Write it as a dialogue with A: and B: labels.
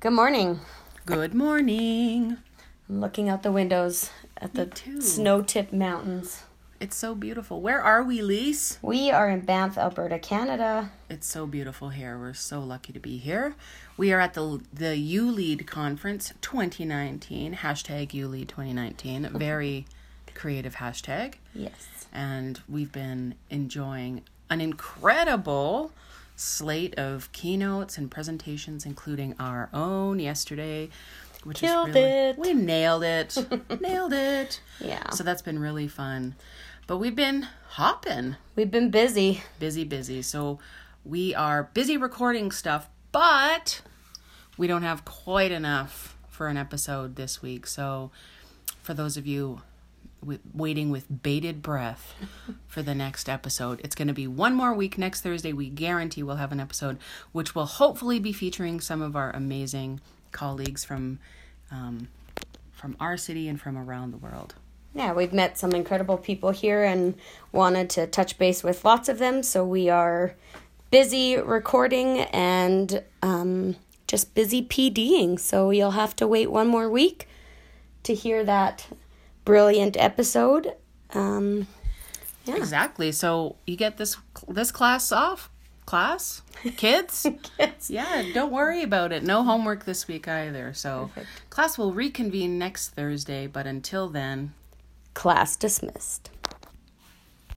A: Good morning.
B: Good morning.
A: I'm looking out the windows at the
B: too.
A: snow-tipped mountains.
B: It's so beautiful. Where are we, Lise?
A: We are in Banff, Alberta, Canada.
B: It's so beautiful here. We're so lucky to be here. We are at the the ULEAD conference 2019 hashtag ULEAD 2019. a Very creative hashtag,
A: Yes.
B: and we've been enjoying an incredible slate of keynotes and presentations, including our own yesterday. Which
A: Killed
B: is really,
A: it.
B: We nailed it. nailed it.
A: Yeah.
B: So that's been really fun. But we've been hopping,
A: We've been busy.
B: busy, busy. So we are busy recording stuff, but we don't have quite enough for an episode this week. So for those of you wi- waiting with bated breath for the next episode, it's going to be one more week. Next Thursday, we guarantee we'll have an episode, which will hopefully be featuring some of our amazing colleagues from. Um, from our city and from around the world.
A: Yeah, we've met some incredible people here and wanted to touch base with lots of them, so we are busy recording and um, just busy PDing. So you'll have to wait one more week to hear that brilliant episode. Um,
B: Exactly. So you get this this class off. Class, kids.
A: Kids.
B: Yeah, don't worry about it. No homework this week either. So class will reconvene next Thursday, but until then,
A: class dismissed.